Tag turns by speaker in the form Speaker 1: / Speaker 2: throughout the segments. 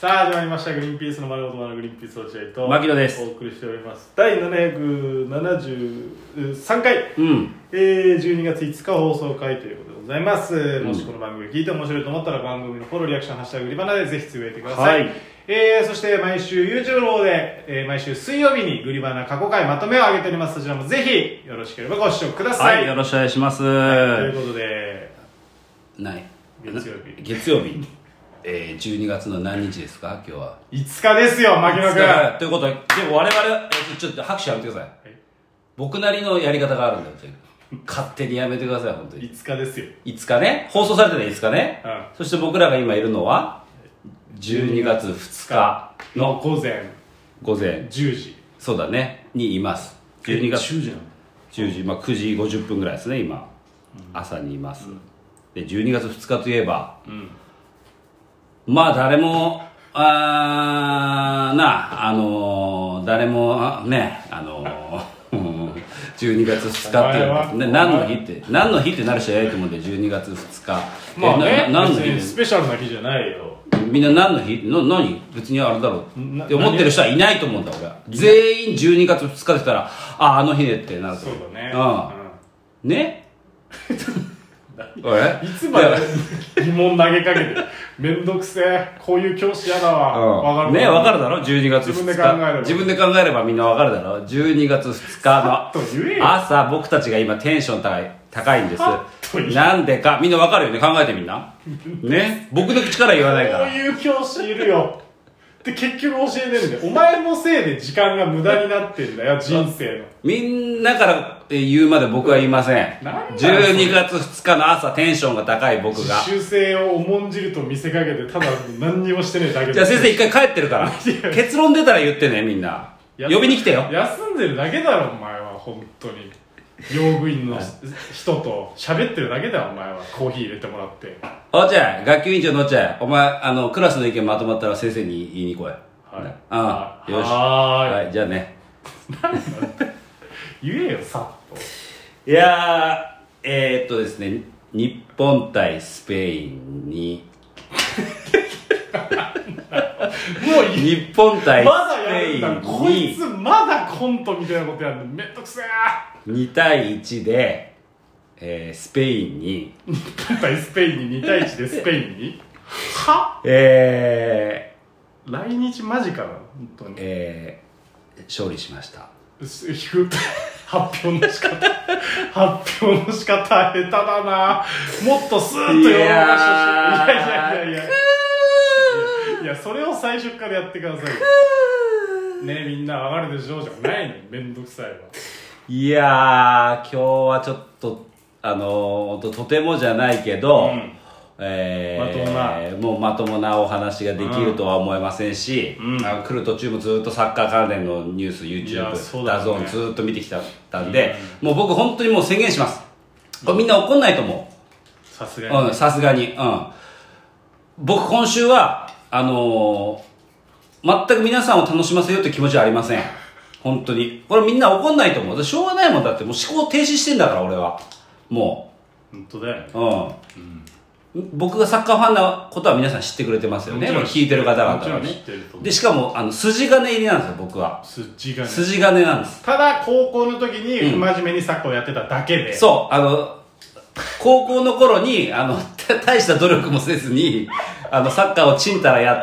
Speaker 1: さあ始まりました「グリーンピースの丸ごと丸グリーンピース落合」と
Speaker 2: 牧野です
Speaker 1: お送りしております第773回、
Speaker 2: うん
Speaker 1: えー、12月5日放送回ということでございます、もしこの番組聞いて面白いと思ったら番組のフォローリアクション「ハッシュタグ売り花」でぜひつぶやいてください、
Speaker 2: はい
Speaker 1: えーそして毎週 YouTube の方で、えー毎週水曜日にグリバナ過去回まとめを上げておりますそちらもぜひよろしければご視聴くださ、
Speaker 2: はいいよろしくお願いします
Speaker 1: ということで
Speaker 2: ない
Speaker 1: 月曜日
Speaker 2: 月曜日えー、12月の何日ですか今日は
Speaker 1: 5日ですよ牧野君
Speaker 2: ということはでも我々えちょっと拍手やめてください僕なりのやり方があるんだよという勝手にやめてください本当に
Speaker 1: 5日ですよ
Speaker 2: 5日ね放送されてない5日ね、
Speaker 1: うん
Speaker 2: そして僕らが今いるのは12月2日
Speaker 1: の午前
Speaker 2: 午前
Speaker 1: 10時
Speaker 2: そうだねにいます12月
Speaker 1: 10時なの
Speaker 2: 10時、まあ、9時50分ぐらいですね今、朝にいます、で12月2日といえば、まあ誰もあーなあのー誰もあねあのー 12月2日っていうのは
Speaker 1: お前は
Speaker 2: ね何の日って何の日ってなる人いないと思うんで12月2日
Speaker 1: まあね
Speaker 2: えな何の
Speaker 1: 別
Speaker 2: 日
Speaker 1: に
Speaker 2: で
Speaker 1: ス
Speaker 2: す
Speaker 1: ペシャルな日じゃないよ
Speaker 2: みんな何の日な何別にあれだろう
Speaker 1: な
Speaker 2: って思ってる人はいないと思うんだ俺は全員12月2日って言ったらああの日でってなると
Speaker 1: そう
Speaker 2: 思
Speaker 1: だね
Speaker 2: うん ねおい
Speaker 1: いつまで疑問投げかけてめんどくせえこういう教師やだわわかる
Speaker 2: うん、ねわかるだろ12月2日
Speaker 1: 自分で考えれば
Speaker 2: 自分で考えればみんなわかるだろ12月2日
Speaker 1: と言えよ
Speaker 2: の朝僕たちが今テンション高い高いんです
Speaker 1: さっと言え
Speaker 2: なんでかみんなわかるよね考えてみんなね僕の口から言わない
Speaker 1: こ
Speaker 2: か
Speaker 1: う
Speaker 2: ら
Speaker 1: いう教師いるよで結局教えてるんでお前のせいで時間が無駄になってんだよ人生の
Speaker 2: みんなから言うまで僕は言いません
Speaker 1: なんだよそれ
Speaker 2: 12月2日の朝テンションが高い僕が
Speaker 1: 修正を重んじると見せかけてただ何にもしてねえだけ
Speaker 2: じゃあ
Speaker 1: だ
Speaker 2: 先生一回帰ってるから結論出たら言ってねみんな呼びに来てよ
Speaker 1: 休んでるだけだろお前は本当に用具員の人と喋ってるだけだよお前はコーヒー入れてもらって
Speaker 2: おちゃい学級委員長のおちゃいお前あのクラスの意見まとまったら先生に言いに来い
Speaker 1: はい
Speaker 2: ああよし
Speaker 1: はーい
Speaker 2: はいじゃあね
Speaker 1: 言えよさっと
Speaker 2: いやーえー、っとですね日本対スペインに
Speaker 1: もういい
Speaker 2: 日本対
Speaker 1: まだ
Speaker 2: ス
Speaker 1: や
Speaker 2: ペ
Speaker 1: るん
Speaker 2: イ
Speaker 1: だこいつ
Speaker 2: ン
Speaker 1: まだコントみたいなことやるのめんどくせえ
Speaker 2: に2対1で、えースペインに
Speaker 1: 今回スペインに2対1でスペインには
Speaker 2: え
Speaker 1: 来日間近なの本当
Speaker 2: ー
Speaker 1: に
Speaker 2: えー勝利しました
Speaker 1: す引く発表の仕方発表の仕方下手だなもっとスーッと喜ばしてほ
Speaker 2: い
Speaker 1: しいいや
Speaker 2: やー
Speaker 1: いやいやいやいやそれを最初からやってくださいよねみんなわかるでしょうじゃないのめんどくさいわ
Speaker 2: いやー今日はちょっとあのー、ほんととてもじゃないけ
Speaker 1: う
Speaker 2: ど、
Speaker 1: ん
Speaker 2: え
Speaker 1: ま
Speaker 2: ーもうまともなお話ができるとは思えませんし、
Speaker 1: うん
Speaker 2: あの来る途中もずっとサッカー関連のニュース
Speaker 1: いやそう
Speaker 2: YouTube
Speaker 1: だね
Speaker 2: ダゾーンずっと見てきたたんで、もう僕本当にもう宣言しますこれみんな怒んないと思
Speaker 1: さす
Speaker 2: う
Speaker 1: がに
Speaker 2: うんさすがにうん僕今週はあのー全く皆さんを楽しませようって気持ちはありません本当にこれみんな怒んないと思うしょうがないもんだってもう思考停止してんだから俺はもう
Speaker 1: 本当だよね
Speaker 2: うん、僕がサッカーファンなことは皆さん知ってくれてますよね
Speaker 1: もちろん
Speaker 2: 聞いてる方々は
Speaker 1: もちろん知
Speaker 2: ね
Speaker 1: ってると思う
Speaker 2: でしかもあの筋金入りなんですよ僕は
Speaker 1: 筋がね
Speaker 2: 筋金なんです
Speaker 1: ただ高校の時に不真面目にサッカーをやってただけで、
Speaker 2: そうあの高校の頃にあのた大した努力もせずにあのサッカーをちんたらや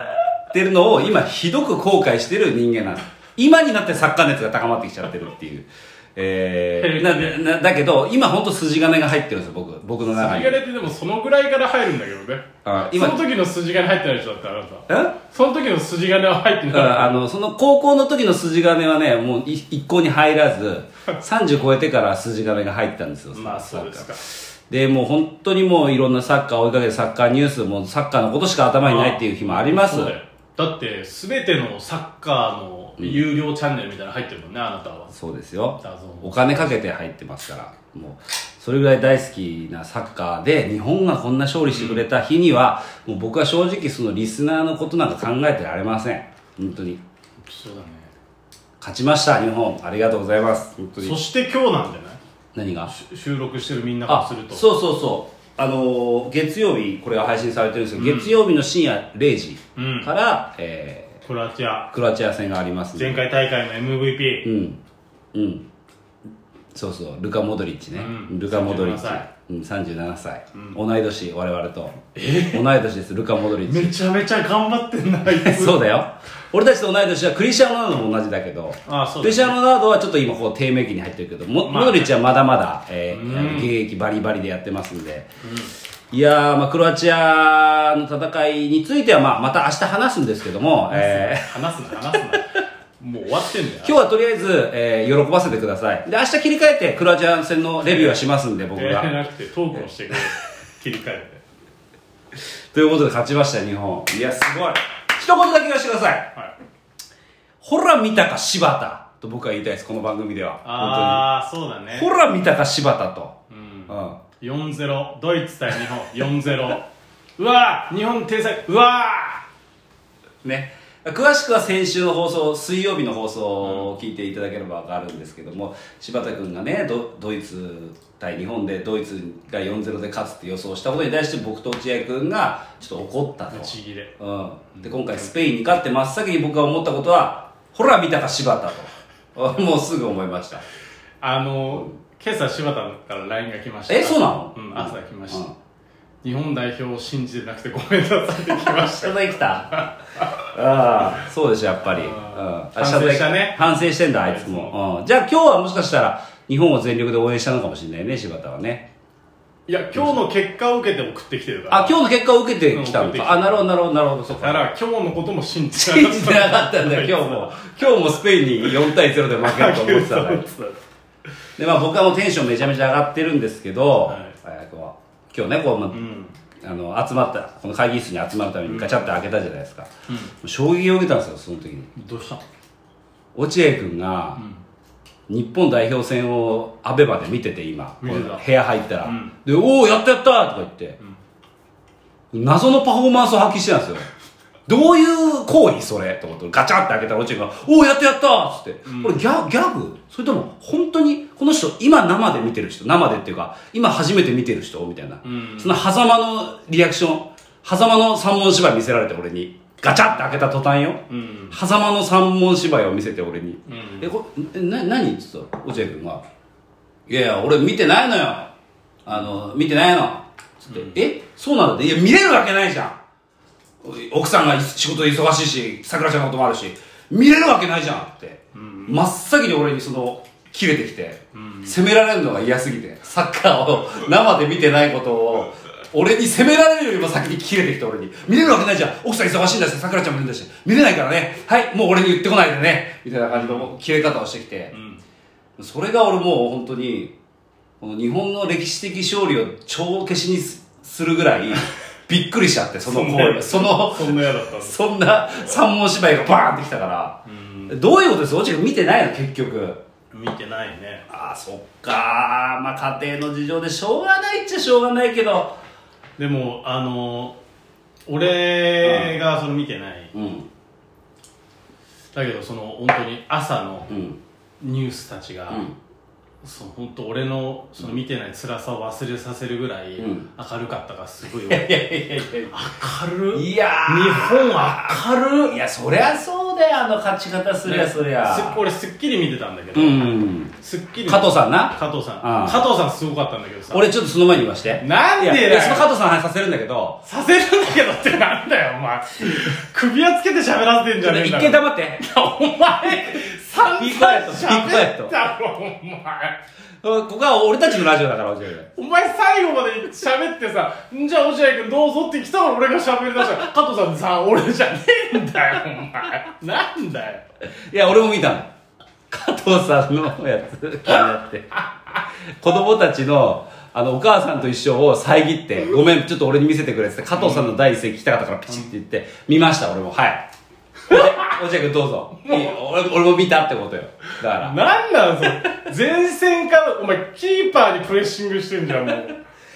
Speaker 2: ってるのを今ひどく後悔してる人間なんです今になってサッカー熱が高まってきちゃってるっていうえー、ななだけど今本当筋金が入ってるんですよ僕僕の中に
Speaker 1: 筋金ってでもそのぐらいから入るんだけどね
Speaker 2: あ
Speaker 1: そ
Speaker 2: 今
Speaker 1: の時の筋金入ってない人だってあなた
Speaker 2: え
Speaker 1: その時の筋金は入って
Speaker 2: だから
Speaker 1: な
Speaker 2: あのその高校の時の筋金はねもうい一向に入ら ず30超えてから筋金が入ったんですよ
Speaker 1: いまあそうで
Speaker 2: サッ
Speaker 1: すか
Speaker 2: カーでもう本当にもういろんなサッカーを追いかけてサッカーニュースもうサッカーのことしか頭にないっていう日もあります
Speaker 1: そうだよだって全てのサッカーの有料チャンネルみたいなの入ってるもんね、あなたは
Speaker 2: そうですよ
Speaker 1: ダゾーン
Speaker 2: お金かけて入ってますからもうそれぐらい大好きなサッカーで日本がこんな勝利してくれた日には、もう僕は正直そのリスナーのことなんか考えてられません本当に
Speaker 1: そうだね
Speaker 2: 勝ちました日本ありがとうございます本当
Speaker 1: そ
Speaker 2: に
Speaker 1: して今日なんじゃない
Speaker 2: 何が
Speaker 1: し収録してるみんなから
Speaker 2: あ
Speaker 1: すると
Speaker 2: そうそうそうあの月曜日これが配信されてるんですけど、月曜日の深夜0時
Speaker 1: うん
Speaker 2: から、え
Speaker 1: クロアチア
Speaker 2: ークロアチア戦があります
Speaker 1: 前
Speaker 2: ね
Speaker 1: 回大会の MVP
Speaker 2: うんうんそうそうルカ・モドリッチね、
Speaker 1: うん
Speaker 2: ルカ・モドリッ
Speaker 1: 37
Speaker 2: チ
Speaker 1: 歳
Speaker 2: うん、37歳、同い年我々と同い年ですルカ・モドリッチ
Speaker 1: めちゃめちゃ頑張ってんなあいつ
Speaker 2: そうだよ俺たちと同い年はクリシアーノ・ロナウドも同じだけど
Speaker 1: あ そう
Speaker 2: ク
Speaker 1: だ
Speaker 2: リシアーノ・ロナウドはちょっと今こう低迷期に入ってるけどモ,、
Speaker 1: まあね
Speaker 2: ドリッチはまだまだ、えー
Speaker 1: うん
Speaker 2: 現役バリバリでやってますんで、いやー、まあ、クロアチアの戦いについては、まあ、また明日話すんですけども、えー
Speaker 1: 話すな話すなもう終わってんだよ
Speaker 2: 今日はとりあえず、えー喜ばせてくださいで明日切り替えてクロアチア戦のレビューはしますんで僕
Speaker 1: やら
Speaker 2: が
Speaker 1: なくてトークをしてくれ切り替え
Speaker 2: ということで勝ちました日本いやすごい一言だけ言わせてください
Speaker 1: てはい
Speaker 2: ほら見たか柴田と僕は言いたいですこの番組では
Speaker 1: ああそうだね
Speaker 2: 本当にほら見たか柴田と、
Speaker 1: うん
Speaker 2: うん、
Speaker 1: 4-0ドイツ対日本4-0うわー日本天才うわ
Speaker 2: ね詳しくは先週の放送水曜日の放送を聞いていただければ分かるんですけども柴田君がねドドイツ対日本でドイツが4-0で勝つって予想したことに対して僕と落合君がちょっと怒った
Speaker 1: ー
Speaker 2: と
Speaker 1: 打ち切れ
Speaker 2: うん、で今回スペインに勝って真っ先に僕が思ったことはほら見たか柴田と もうすぐ思いました
Speaker 1: あの今朝柴田から LINE が来ました
Speaker 2: えそうなの
Speaker 1: うん朝来ました
Speaker 2: うん
Speaker 1: 日本代表を信じてなくてごめんなさい って来まし
Speaker 2: 謝罪来 たああそうでしょやっぱり、うん、
Speaker 1: あ
Speaker 2: あ
Speaker 1: ー反省したね
Speaker 2: 反省してんだあいつも、うん、じゃあ今日はもしかしたら日本を全力で応援したのかもしれないね柴田はね
Speaker 1: たいや今日の結果を受けて送ってきてるから
Speaker 2: あ今日の結果を受けてきた
Speaker 1: うん
Speaker 2: の
Speaker 1: 受けてき
Speaker 2: か、
Speaker 1: た
Speaker 2: あなるほどなるほどなるほどそう
Speaker 1: だか
Speaker 2: から
Speaker 1: 今日のことも信じて
Speaker 2: 信じてなかったんだよ今日も今日もスペインに4対0で負けると思ってたんだよでまあ僕はもうテンションめちゃめちゃ上がってるんですけど、
Speaker 1: はい
Speaker 2: えーこう今日ねこう、まあ
Speaker 1: うん
Speaker 2: あの集まったこの会議室に集まるためにガチャッと開けたじゃないですか、
Speaker 1: うん
Speaker 2: 衝撃を受けたんですよその時に
Speaker 1: どうしたの
Speaker 2: 落合君が、日本代表戦をアベマで見てて今
Speaker 1: 見てた
Speaker 2: この部屋入ったら、
Speaker 1: うん
Speaker 2: で「おおやったやった!」とか言って、謎のパフォーマンスを発揮してたんですよどういう行為それと思ってガチャって開けたら落合君が「おおやったやった!」っつって、これギャギャグそれとも本当にこの人今生で見てる人生でっていうか今初めて見てる人みたいな、
Speaker 1: ん
Speaker 2: その狭間のリアクション狭間の三文芝居見せられて俺にガチャって開けた途端よ、
Speaker 1: うん
Speaker 2: 狭間の三文芝居を見せて俺に、
Speaker 1: うん
Speaker 2: えこえな何っつったら落合君が「いやいや俺見てないのよあの見てないの」つって「えそうなんだって」いや見れるわけないじゃん奥さんがい仕事で忙しいしさくらちゃんのこともあるし見れるわけないじゃん」って、真っ先に俺にその切れてきて、責められるのが嫌すぎてサッカーを生で見てないことを俺に責められるよりも先に切れてきて俺に見れるわけないじゃん奥さん忙しいんだしさくらちゃんもいるんだし見れないからねはいもう俺に言ってこないでねみたいな感じの切れ方をしてきて、それが俺もう本当にこの日本の歴史的勝利を帳消しにすするぐ らいびっくりしちゃってその行為その
Speaker 1: そんな嫌だったんです
Speaker 2: そんな三文芝居がバーンってきたから、どういうことです落合君見てないの結局
Speaker 1: 見てないね
Speaker 2: ああそっかーまあ家庭の事情でしょうがないっちゃしょうがないけど
Speaker 1: でもあの俺がその見てない
Speaker 2: うん
Speaker 1: だけどその本当に朝の
Speaker 2: うん
Speaker 1: ニュースたちが、
Speaker 2: うん
Speaker 1: その本当俺のその見てない辛さを忘れさせるぐらい
Speaker 2: う
Speaker 1: 明
Speaker 2: ん
Speaker 1: るかったからすごい
Speaker 2: い
Speaker 1: 明
Speaker 2: やいやいやい
Speaker 1: る
Speaker 2: や
Speaker 1: い
Speaker 2: いや
Speaker 1: 日本明る
Speaker 2: いやそりゃそうだよあの勝ち方すりゃそり
Speaker 1: す
Speaker 2: ゃ、
Speaker 1: 俺『スッキリ』見てたんだけ
Speaker 2: う
Speaker 1: ど、
Speaker 2: ん
Speaker 1: スッキリ
Speaker 2: 加藤さんな
Speaker 1: 加藤さん
Speaker 2: ああ
Speaker 1: 加藤さんすごかったんだけどさ
Speaker 2: 俺ちょっとその前に言わして
Speaker 1: なん
Speaker 2: い
Speaker 1: で
Speaker 2: や
Speaker 1: だ
Speaker 2: い
Speaker 1: よ
Speaker 2: やその加藤さん話させるんだけど
Speaker 1: させるんだけどってなんだよお前首輪つけて喋らせてんじゃねえ
Speaker 2: 一
Speaker 1: んだ
Speaker 2: 回 黙って
Speaker 1: お前散々
Speaker 2: ビッグワイトビッグワイ
Speaker 1: 喋
Speaker 2: ト
Speaker 1: ったろお前
Speaker 2: ここは俺たちのラジオだから落合君
Speaker 1: お前最後まで喋ってさ、んじゃあ落合君どうぞって来たら俺が喋りだしたら、加藤さんさ、俺じゃねえんだよ、お前。なんだよ。
Speaker 2: いや、俺も見たの。加藤さんのやつ、気になって。子供たちの、あの、お母さんと一緒を遮って、ごめん、ちょっと俺に見せてくれっつって、加藤さんの第一声聞きたかったから、ピチって言って、見ました、俺も。はい。おじゃくどうぞ。いい俺俺も見たってことよ。だから。
Speaker 1: なんなんそれ。前線から、お前キーパーにプレッシングしてんじゃん、もう。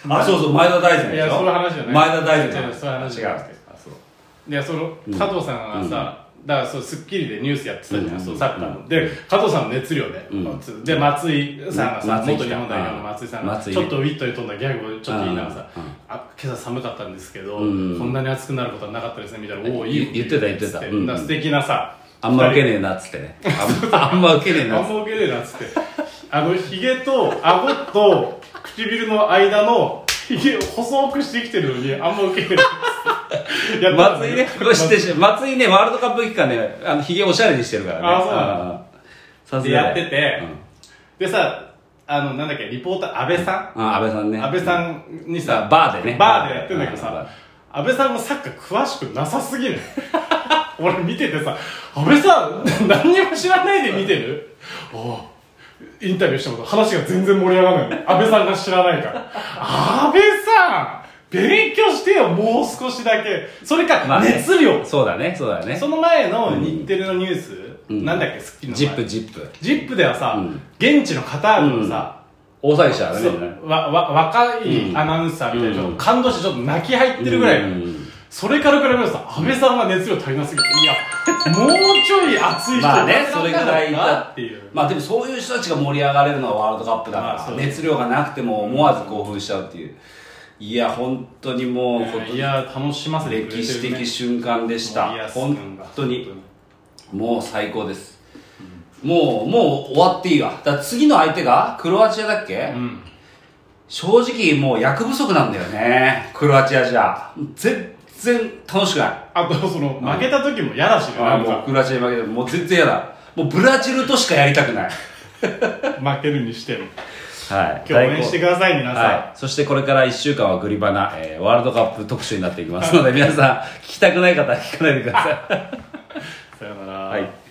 Speaker 2: あ、そうそう、前田大然でしょ。
Speaker 1: いやそういう話じゃない
Speaker 2: 前田大然
Speaker 1: 違うそういう話じゃなくて
Speaker 2: 違うあそう
Speaker 1: で、その、加藤さんがさ、だからそう『スッキリ』でニュースやってたじゃ
Speaker 2: うん
Speaker 1: ん、そうサッカーの。で、加藤さんの熱量で
Speaker 2: うん、
Speaker 1: で、松井さんがさ、
Speaker 2: 松井
Speaker 1: 元日本代表の松井さんが、
Speaker 2: 松井
Speaker 1: ちょっとウィットに飛んだギャグをちょっと言いながらさ
Speaker 2: うんうん、
Speaker 1: あ今朝寒かったんですけど、
Speaker 2: うん
Speaker 1: こんなに暑くなることはなかったですねみたいな、おお
Speaker 2: 言
Speaker 1: いいこと
Speaker 2: 言ってた言ってた
Speaker 1: つ
Speaker 2: うんうん
Speaker 1: だから素敵なさ
Speaker 2: あんま受けねえなっつってねあんまあんま受けねえな
Speaker 1: あ
Speaker 2: っつ
Speaker 1: んま
Speaker 2: って
Speaker 1: 受けねえなっつってあのひげと顎と唇の間のひげを細くしてきてるのにあんま受けねえなっつ ってやってたんだ
Speaker 2: 松
Speaker 1: け
Speaker 2: 井
Speaker 1: ど
Speaker 2: ね、 これ知ってるし松井ね、ワールドカップ期間ね、あの、髭おしゃれにしてるからね。
Speaker 1: あそうなんだ
Speaker 2: さす
Speaker 1: で
Speaker 2: が
Speaker 1: や
Speaker 2: だ
Speaker 1: っ
Speaker 2: よ
Speaker 1: てて、でさあのなんだっけリポーター安倍さ
Speaker 2: うん。あ、安倍さんね。
Speaker 1: ん安倍さんにさ
Speaker 2: さバーでね
Speaker 1: バーでやってんだけど
Speaker 2: バー
Speaker 1: さ安倍さんもサッカー詳しくなさすぎる 俺見ててさ安倍さん 何にも知らないで見てるおうインタビューしても話が全然盛り上がらない安倍さんが知らないから安倍さん勉強してよもう少しだけそれ
Speaker 2: ま
Speaker 1: か
Speaker 2: あね
Speaker 1: 熱量、
Speaker 2: そうだね、そうだね
Speaker 1: そ。の前の日テレのニュース、
Speaker 2: ん
Speaker 1: なんだっけ『スッキリ』の
Speaker 2: ジ
Speaker 1: 前
Speaker 2: ップ、ジップ。
Speaker 1: ジップではさ、
Speaker 2: うん
Speaker 1: 現地のカタールのさ、
Speaker 2: 大騒ぎしちゃダメ
Speaker 1: そ
Speaker 2: だね。
Speaker 1: うわわ若いアナウンサーみたいな人、
Speaker 2: うん
Speaker 1: 感動してちょっと泣き入ってるぐらい、
Speaker 2: うん
Speaker 1: それから比べるとさ安倍さんが熱量足りなすぎていやもうちょい熱い人
Speaker 2: まあね
Speaker 1: な、
Speaker 2: それぐらい
Speaker 1: な
Speaker 2: だ
Speaker 1: っていう
Speaker 2: まあでもそういう人たちが盛り上がれるのはワールドカップだ
Speaker 1: まあ
Speaker 2: か
Speaker 1: そう
Speaker 2: ら、熱量がなくても思わず興奮しちゃうっていう。いや、本当にもう、今
Speaker 1: いや楽しませてくれてる、
Speaker 2: 歴
Speaker 1: ね、
Speaker 2: 史的瞬間でした
Speaker 1: 森。保君が
Speaker 2: 本当に。もう最高です、もうもう終わっていいわだから次の相手がクロアチアだっけ、
Speaker 1: うん
Speaker 2: 正直もう役不足なんだよねクロアチアじゃ全然楽しくない
Speaker 1: あとその負けた時も嫌だしね
Speaker 2: あ
Speaker 1: なん
Speaker 2: もう
Speaker 1: か
Speaker 2: クロアチアに負けてもう全然嫌だもうブラジルとしかやりたくない
Speaker 1: 負けるにしても
Speaker 2: はい
Speaker 1: 今日応援してください皆さん、
Speaker 2: はい、そしてこれから1週間はグリバナ、えーワールドカップ特集になっていきますので皆さん聞きたくない方は聞かないでください
Speaker 1: さよなら、
Speaker 2: はい